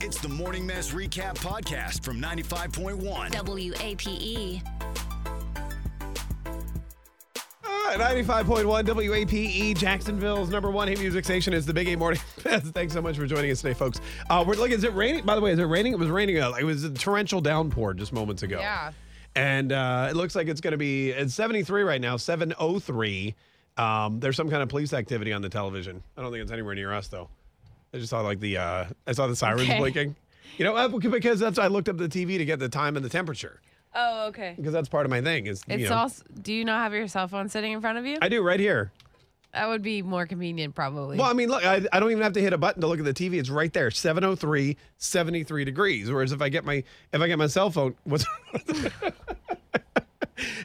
It's the Morning Mess Recap Podcast from 95.1. E. WAPE. All right, 95.1 WAPE, E, Jacksonville's number one hit music station is the Big A Morning Fest. Thanks so much for joining us today, folks. Uh, we're looking, is it raining? By the way, is it raining? It was raining. uh, It was a torrential downpour just moments ago. Yeah. And uh, it looks like it's going to be, it's 73 right now, 703. Um, there's some kind of police activity on the television. I don't think it's anywhere near us, though. I just saw like the, uh, I saw the sirens Okay. blinking. You know, uh, because that's, I looked up the TV to get the time and the temperature Oh, okay. because that's part of my thing. Is, you It's know, also. Do you not have your cell phone sitting in front of you? I do right here. that would be more convenient, probably. Well, I mean, look, I, I don't even have to hit a button to look at the TV. It's right there, 703, 73 degrees. Whereas if I get my if I get my cell phone, what's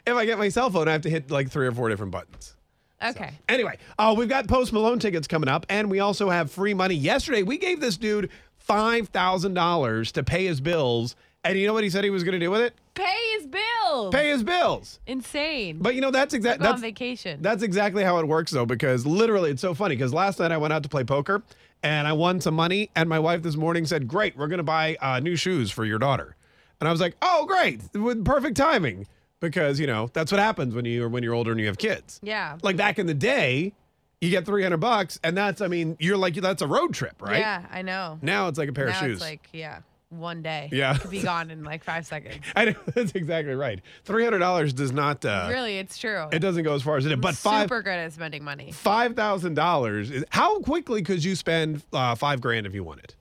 if I get my cell phone, I have to hit like three or four different buttons. okay. Anyway, uh, we've got Post Malone tickets coming up, and we also have free money. Yesterday, we gave this dude five thousand dollars to pay his bills, and you know what he said he was going to do with it? Pay his bill. Pay his bills. Insane. But you know that's exactly Go on vacation. That's exactly how it works, though, because literally it's so funny. Because last night I went out to play poker and I won some money, and my wife this morning said, "Great, we're gonna buy uh, new shoes for your daughter," and I was like, "Oh, great, with perfect timing," because you know that's what happens when you are when you're older and you have kids. yeah. Like back in the day, you get three hundred bucks, and that's I mean you're like that's a road trip, right? Yeah, I know. Now it's like a pair now of shoes. it's like yeah, one day. Yeah. Could be gone in like five seconds. I know, that's exactly right. Three hundred dollars does not. Uh, really, it's true. It doesn't go as far as it did, but five Super good at spending money. five thousand dollars is how quickly could you spend uh, five grand if you wanted?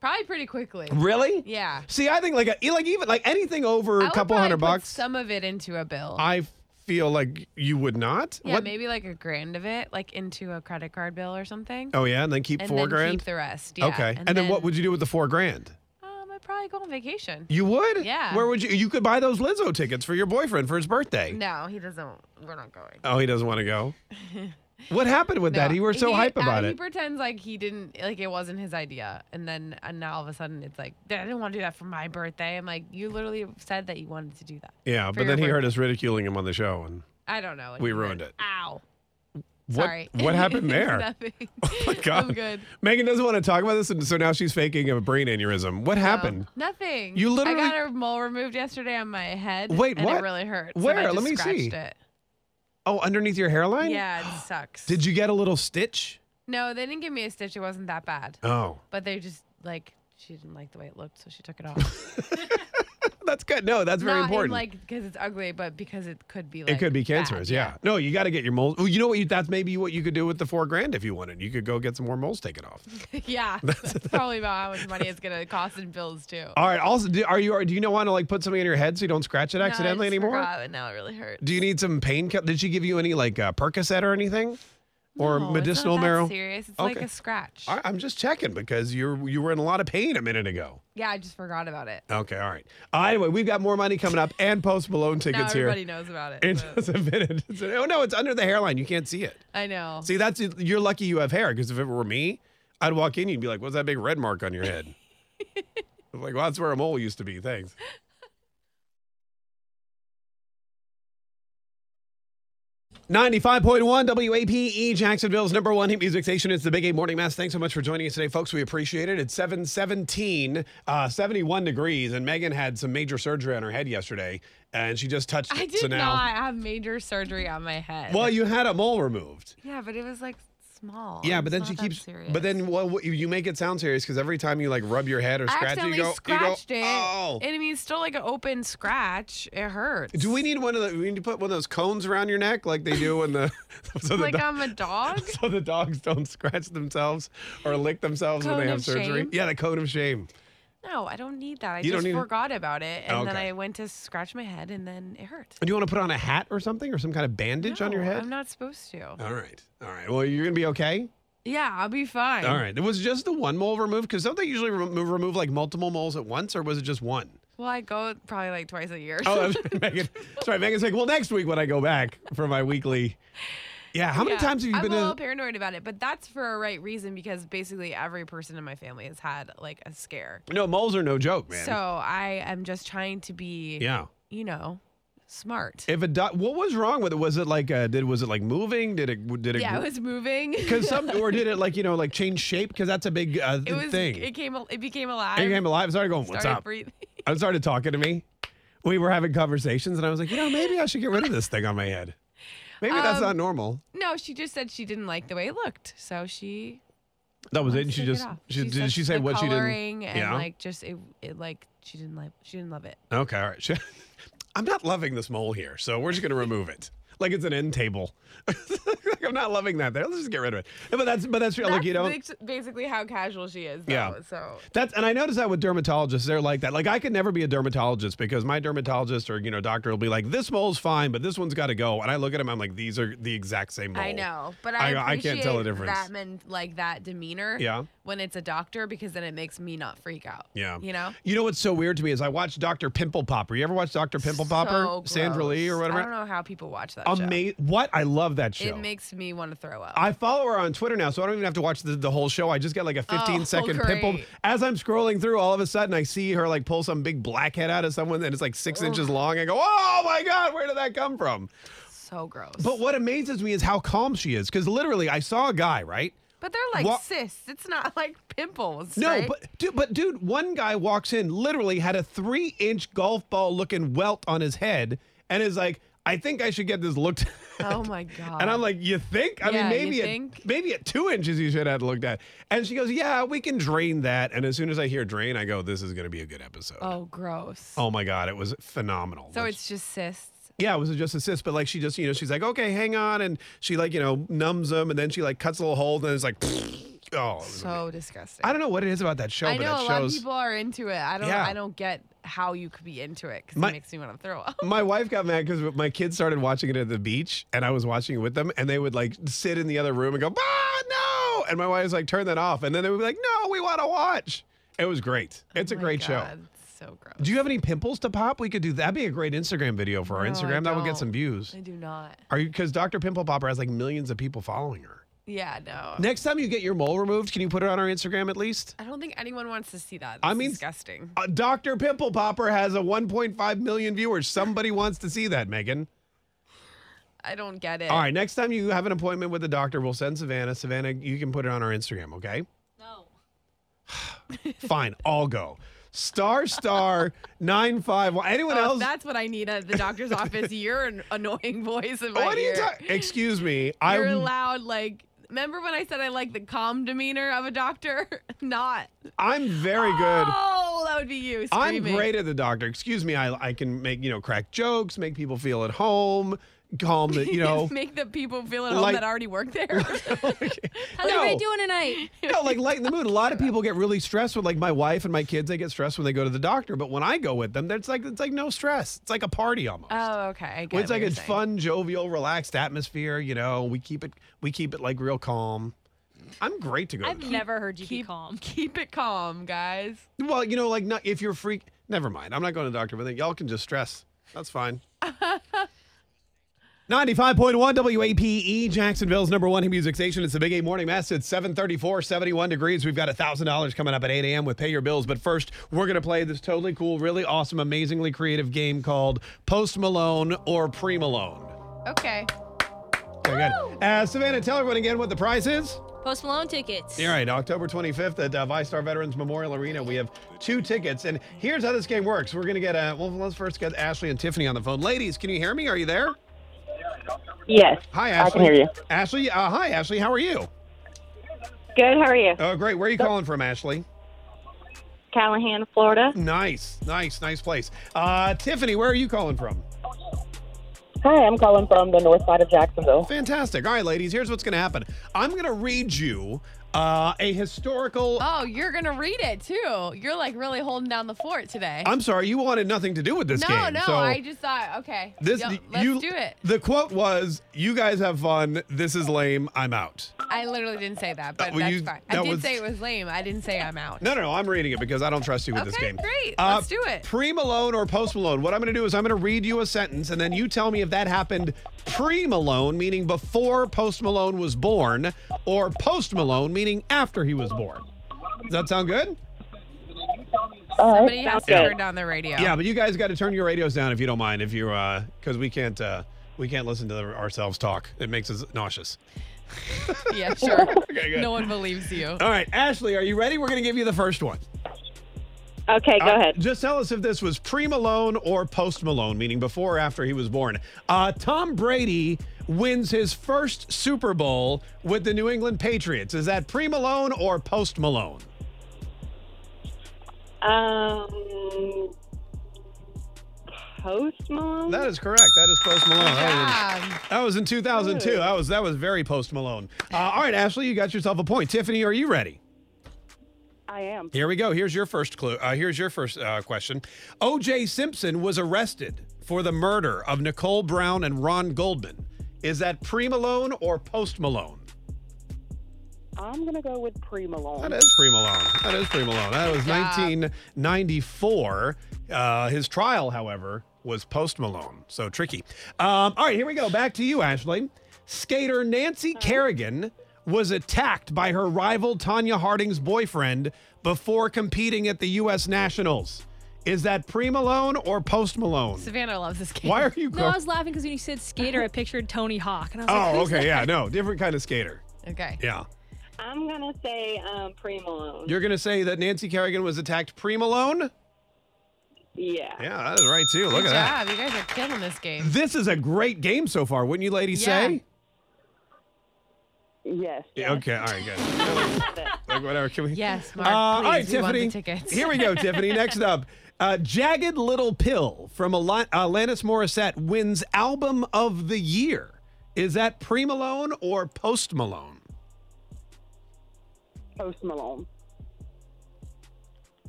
Probably pretty quickly. Really? Yeah. See, I think like a, like even like anything over a I would couple probably hundred put bucks, Some of it into a bill. I feel like you would not. yeah, What- maybe like a grand of it, like into a credit card bill or something. Oh yeah, and then keep and four then grand. keep the rest. Yeah. okay, and, then, what would you do with the four grand? Um, I'd probably go on vacation. You would? Yeah. Where would you? You could buy those Lizzo tickets for your boyfriend for his birthday. No, he doesn't. We're not going. Oh, he doesn't want to go. what happened with that? No. You were so He- hype uh, about He it. pretends like he didn't, like it wasn't his idea, and then and now all of a sudden it's like I didn't want to do that for my birthday. I'm like, you literally said that you wanted to do that. Yeah, for but your then he heard birthday. us ridiculing him on the show, and I don't know. what We he ruined meant. it. Ow. what Sorry. what happened there? Oh Nothing. my God. I'm good. Megan doesn't want to talk about this, and so now she's faking a brain aneurysm. What No, happened? nothing. You literally- I got a mole removed yesterday on my head. Wait, and what? It really hurt. Where? So I just Let me scratched see. It. Oh, underneath your hairline? Yeah, it sucks. Did you get a little stitch? No, they didn't give me a stitch. It wasn't that bad. Oh, But they just like she didn't like the way it looked, so she took it off. that's good. No, that's very Not important. In, like because it's ugly, but because it could be. it Like, could be bad. cancerous. yeah. No, you got to get your moles. Well, you know what? You, that's maybe what you could do with the four grand if you wanted. You could go get some more moles taken off. yeah. That's probably about how much money it's gonna cost in bills too. All right. Also, do, are you? Are, do you know want to like put something in your head so you don't scratch it No, I accidentally just anymore? Forgot, but now it really hurts. Do you need some pain? kill- Did she give you any like uh, Percocet or anything, or No, medicinal Oh, it's not marijuana? That serious. It's like Okay. a scratch. I- I'm just checking because you're you were in a lot of pain a minute ago. Yeah, I just forgot about it. Okay, all right. Uh, anyway, we've got more money coming up and Post Malone Now tickets here. everybody knows about it. In but- just a minute. It's- oh no, it's under the hairline. You can't see it. I know. See, that's you're lucky you have hair because if it were me, I'd walk in, you'd be like, "What's that big red mark on your head?" I'm like, "Well, that's where a mole used to be." Thanks. Ninety-five point one WAPe E, Jacksonville's number one hit music station. It's the Big Eight Morning Mass. Thanks so much for joining us today, folks. We appreciate it. It's seven seventeen, uh, seventy-one degrees, and Megan had some major surgery on her head yesterday, and she just touched it. I did so now, not have major surgery on my head. well, you had a mole removed. yeah, but it was like small. Yeah, but It's then not she that keeps. Serious. But then well, what- you- you make it sound serious because every time you like rub your head or I scratch it, accidentally you go, scratched you go, it. oh. And I mean, it's still like an open scratch. It hurts. do we need one of the? We need to put one of those cones around your neck like they do when the so the like do- I'm a dog? so the dogs don't scratch themselves or lick themselves when Cone they have of surgery. shame? Yeah, the cone of shame. No, I don't need that. I You don't just need it? forgot about it, and then Okay. I went to scratch my head, and then it hurt. Do you want to put on a hat or something or some kind of bandage on your No, head? I'm not supposed to. All right, all right. Well, you're gonna be okay. Yeah, I'll be fine. All right. It was just the one mole removed because don't they usually remove, remove like multiple moles at once, or was it just one? Well, I go probably like twice a year. Oh, I'm Megan. Sorry, Megan's like, well, next week when I go back for my weekly. Yeah. How many Yeah, times have you I'm been a in? little paranoid about it, but that's for a right reason because basically every person in my family has had like a scare. no, moles are no joke, man. So I am just trying to be, yeah. you know, smart. If a dot, what was wrong with it? Was it like uh, did was it like moving? Did it did it? yeah, it was moving. Because some or did it like you know like change shape? Because that's a big uh, It was. thing. It came. al- It became alive. I came alive. Started going. What's started up? breathing. I started talking to me. We were having conversations, and I was like, you know, maybe I should get rid of this thing on my head. Maybe that's Um, not normal. No, she just said she didn't like the way it looked, so she. That was it. And wanted to she take it just off. she, did said she say the what she didn't? coloring And like just it, it like she didn't like she didn't love it. Okay, all right. She- I'm not loving this mole here, so we're just gonna remove it. Like it's an end table. like I'm not loving that there. Let's just get rid of it. No, But that's but that's real. like you That's know bas- basically how casual she is. Though, Yeah. So that's and I noticed that with dermatologists, they're like that. Like I could never be a dermatologist because my dermatologist or you know doctor will be like, this mole's fine, but this one's got to go. And I look at him, I'm like, these are the exact same mole. I know, but I, I- I can't tell the appreciate difference. That meant like that demeanor. Yeah. When it's a doctor, because then it makes me not freak out. Yeah. You know. You know what's so weird to me is I watched Doctor Pimple Popper. You ever watch Doctor Pimple Popper? So Sandra Lee or gross. whatever. I don't know how people watch that. show. Amazing. What I love that show. It makes me want to throw up. I follow her on Twitter now, so I don't even have to watch the, the whole show. I just get like a Oh, fifteen second pimple. great. As I'm scrolling through, all of a sudden I see her like pull some big blackhead out of someone and it's like six inches long. I go, oh my God, where did that come from? so gross. But what amazes me is how calm she is. Because literally, I saw a guy, right? But they're like Wha- cysts. It's not like pimples. No, right? but dude, but dude, one guy walks in, literally had a three inch golf ball looking welt on his head, and is like, I think I should get this looked. at." Oh my god. And I'm like, you think? I Yeah, mean, you maybe at, think? maybe at two inches you should have looked at. And she goes, yeah, we can drain that. And as soon as I hear drain, I go, this is going to be a good episode. Oh. Oh, gross. my god, it was phenomenal. so Like, it's just cysts. yeah, it was just a cyst, but like she just you know she's like, okay, hang on, and she like you know numbs them, and then she like cuts a little hole, and then it's like, oh, it was amazing. So disgusting. I don't know what it is about that show, I but know that a lot of shows. people are into it. I don't. Yeah. I don't get how you could be into it because My- it makes me want to throw up. my wife got mad because my kids started watching it at the beach and I was watching it with them and they would like sit in the other room and go, ah, no. And my wife's like, turn that off. And then they would be like, no, we want to watch. It was great. It's a Oh My great show. God, So gross. Do you have any pimples to pop? We could do that'd be a great Instagram video for our No, I Instagram. That would get don't. some views. I do not. Are you because Dr. Pimple Popper has like millions of people following her? Yeah. No. Next time you get your mole removed, can you put it on our Instagram at least? I don't think anyone wants to see that. I That's mean- disgusting. Uh, Dr. Pimple Popper has a 1.5 million viewers. Somebody wants to see that, Megan. I don't get it. All right, next time you have an appointment with the doctor, we'll send Savannah. Savannah, you can put it on our Instagram, okay? No. Fine, I'll go. Star star nine five one. Anyone Oh, else? That's what I need at the doctor's office. Your an annoying voice in my what are you ear. talking? Excuse me. You're I loud. Like, remember when I said I like the calm demeanor of a doctor? Not. I'm very good. Oh, that would be you. I'm screaming. great at the doctor. Excuse me. I I can make you know crack jokes, make people feel at home, calm the you know. Make the people feel at home Like- that already work there. How's No. everybody doing tonight? No, like lighten the mood. A lot of people get really stressed with like my wife and my kids. They get stressed when they go to the doctor, but when I go with them, that's like it's like no stress. It's like a party almost. oh, okay. I get Well, it's what like you're a saying. fun, jovial, relaxed atmosphere. You know, we keep it we keep it like real calm. I'm great to go. I've to. never heard you be keep- calm. Keep it calm, guys. Well, you know, like not if you're freak. Never mind. I'm not going to the doctor, but then y'all can just stress. That's fine. 95.1 WAPE, E, Jacksonville's number one hit music station. It's the Big 8 Morning Mass. It's 734, 71 degrees. We've got $1,000 coming up at 8 a.m. with Pay Your Bills. But first, we're going to play this totally cool, really awesome, amazingly creative game called Post Malone or Pre Malone. Okay. Okay, good. Uh, Savannah, tell everyone again what the prize is. Post Malone tickets. All right, October 25th at uh, Vistar Veterans Memorial Arena, we have two tickets. And here's how this game works. We're going to get, uh, well, let's first get Ashley and Tiffany on the phone. Ladies, can you hear me? Are you there? Yes. Hi, I Ashley. can hear you. Ashley, uh, hi, Ashley. How are you? Good. How are you? Oh, great. Where are you calling from, Ashley? Callahan, Florida. Nice, nice, nice place. Uh, Tiffany, where are you calling from? Hi, I'm calling from the north side of Jacksonville. Fantastic. All right, ladies, here's what's going to happen. I'm going to read you uh, a historical. Oh, you're gonna read it too. You're like really holding down the fort today. I'm sorry, you wanted nothing to do with this no, game. no. so- I just thought, okay. This Yo, the- let's you, do it. The quote was, "You guys have fun. This is lame. I'm out." I literally didn't say that, but well, that's you- fine. that I did was- say it was lame. I didn't say I'm out. No, no, no. I'm reading it because I don't trust you with this Okay, game. Uh, great. Let's do it. Pre Malone or post Malone? What I'm going to do is I'm going to read you a sentence, and then you tell me if that happened pre Malone, meaning before Post Malone was born, or post Malone, meaning after he was born. Does that sound good? All Somebody has right. Uh, Sounds to good. turn down the radio. Yeah, but you guys got to turn your radios down if you don't mind. If you, uh, because we can't, uh, we can't listen to ourselves talk. It makes us nauseous. Yeah, sure. Okay, good. No one believes you. All right, Ashley, are you ready? We're going to give you the first one. Okay, go Uh, ahead. Just tell us if this was pre Malone or post Malone, meaning before or after he was born. Uh, Tom Brady wins his first Super Bowl with the New England Patriots. Is that pre Malone or post Malone? Um, Post Malone? That is correct. That is post Malone. That, was Um, in- that was in 2002. That was that was very post Malone. Uh, all right, Ashley, you got yourself a point. Tiffany, are you ready? I am. Here we go. Here's your first clue. Uh, here's your first uh, question. O.J. Simpson was arrested for the murder of Nicole Brown and Ron Goldman. Is that pre Malone or post Malone? I'm going to go with Pre Malone. That is pre Malone. That is pre Malone. That was Good job. 1994. Uh, his trial, however, was post Malone. So tricky. Um, all right, here we go. Back to you, Ashley. Skater Nancy Kerrigan was attacked by her rival Tanya Harding's boyfriend before competing at the U.S. Nationals. Is that pre Malone or post Malone? Savannah loves this game. Why are you No, I going? was laughing because when you said skater, I pictured Tony Hawk, and I was like, Oh, who's okay. Yeah, no, different kind of skater. Okay. Yeah. I'm going to say um, Pre Malone. You're going to say that Nancy Kerrigan was attacked pre Malone? Yeah. Yeah, that is right, too. Look Good at that. job. You guys are killing this game. This is a great game so far, wouldn't you ladies Yeah. say? Yes. Yeah, okay, all right, good. like whatever, can we? Yes, Uh, Mark. all please, right, we want the Tiffany. tickets. Here we go, Tiffany. Next up, uh, "Jagged Little Pill" from Al- Alanis Morissette wins album of the year. Is that pre Malone or post Malone? Post Malone.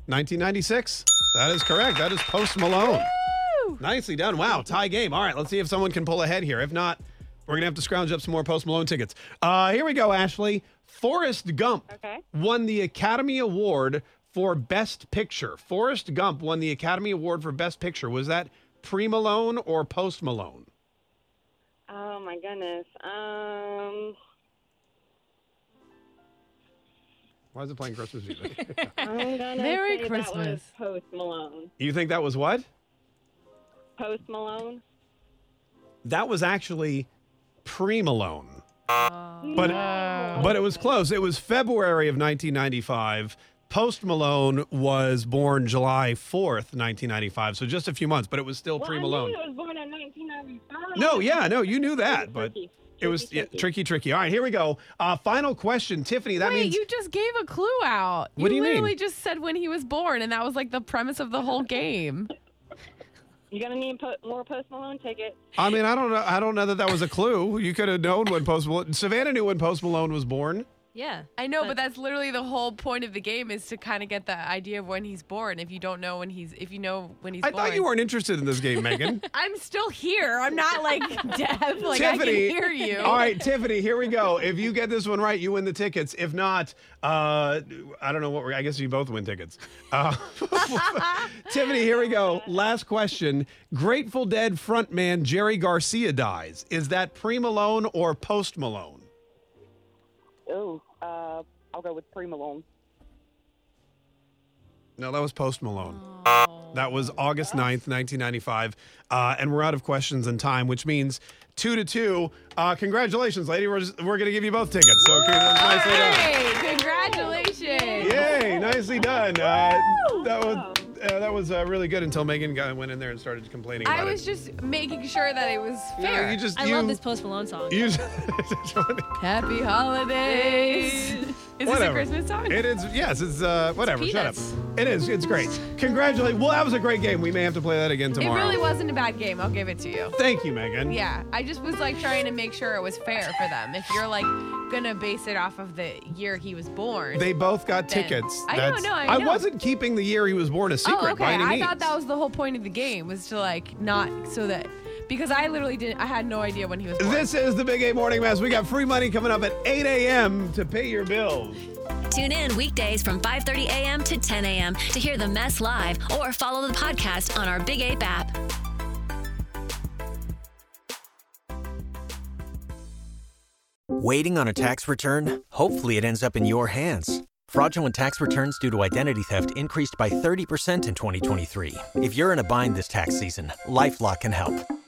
1996. That is correct. That is post Malone. Nicely done. Wow, tie game. All right, let's see if someone can pull ahead here. If not, we're gonna have to scrounge up some more post Malone tickets. Uh, here we go, Ashley. Forrest Gump Okay. won the Academy Award for Best Picture. Forrest Gump won the Academy Award for Best Picture. Was that pre Malone or post Malone? Oh, my goodness. Um, Why is it playing Christmas music? I'm gonna Merry say That was Christmas. Post Malone. you think that was what? Post Malone. That was actually pre Malone. But but it was close. It was February of 1995. Post Malone was born July 4th, 1995. So just a few months, but it was still Well, pre I Malone. knew he was born in 1995. No, yeah, no, you knew that, but Tricky. it was Tricky, yeah, tricky. tricky, tricky. All right, here we go. Uh, final question, Tiffany. That Wait, means you just gave a clue out. What do you mean? literally just said when he was born, and that was like the premise of the whole game. You're gonna need po- more Post Malone tickets. I mean, I don't know. I don't know that that was a clue. You could have known when Post Malone. Savannah knew when Post Malone was born. Yeah. I know, but, that's literally the whole point of the game is to kind of get the idea of when he's born. If you don't know when he's, if you know when he's I born. thought you weren't interested in this game, Megan. I'm still here. I'm not like deaf. Like I can Tiffany. hear you. All right, Tiffany, here we go. If you get this one right, you win the tickets. If not, uh, I don't know what we're, I guess you both win tickets. Uh, Tiffany, here we go. Last question. Grateful Dead frontman Jerry Garcia dies. Is that pre Malone or post Malone? Ooh, uh, I'll go with Pre Malone. No, that was post Malone. Oh. That was August 9th, 1995. Uh, and we're out of questions and time, which means two to two. Uh, congratulations, lady. We're, just- we're going to give you both tickets. So, okay, that's All nicely done. right. Congratulations. Yay! Nicely done. Uh, that was uh, that was uh, really good until Megan got, went in there and started complaining. I about was it. just making sure that it was No, fair. you just I you, love this Post Malone song. you just- Happy holidays. Is this a Whatever. Christmas song? It is. Yes. It's uh, whatever. Shut up. Peanuts. It is. It's great. Congratulate. Well, that was a great game. We may have to play that again It tomorrow. really wasn't a bad game. I'll give it to you. Thank you, Megan. Yeah, I just was like trying to make sure it was fair for them. If you're like gonna base it off of the year he was born. They both got Then- tickets. I know, no, I know. wasn't keeping the year he was born a secret oh, okay. by any I means. thought that was the whole point of the game was to like not so that because I literally didn't. I had no idea when he was born. This is the Big A Morning Mass. We got free money coming up at 8 a.m. to pay your bills. Tune in weekdays from 5:30 a.m. to 10 a.m. to hear the mess live or follow the podcast on our Big Ape app. Waiting on a tax return? Hopefully, it ends up in your hands. Fraudulent tax returns due to identity theft increased by 30% in 2023. If you're in a bind this tax season, LifeLock can help.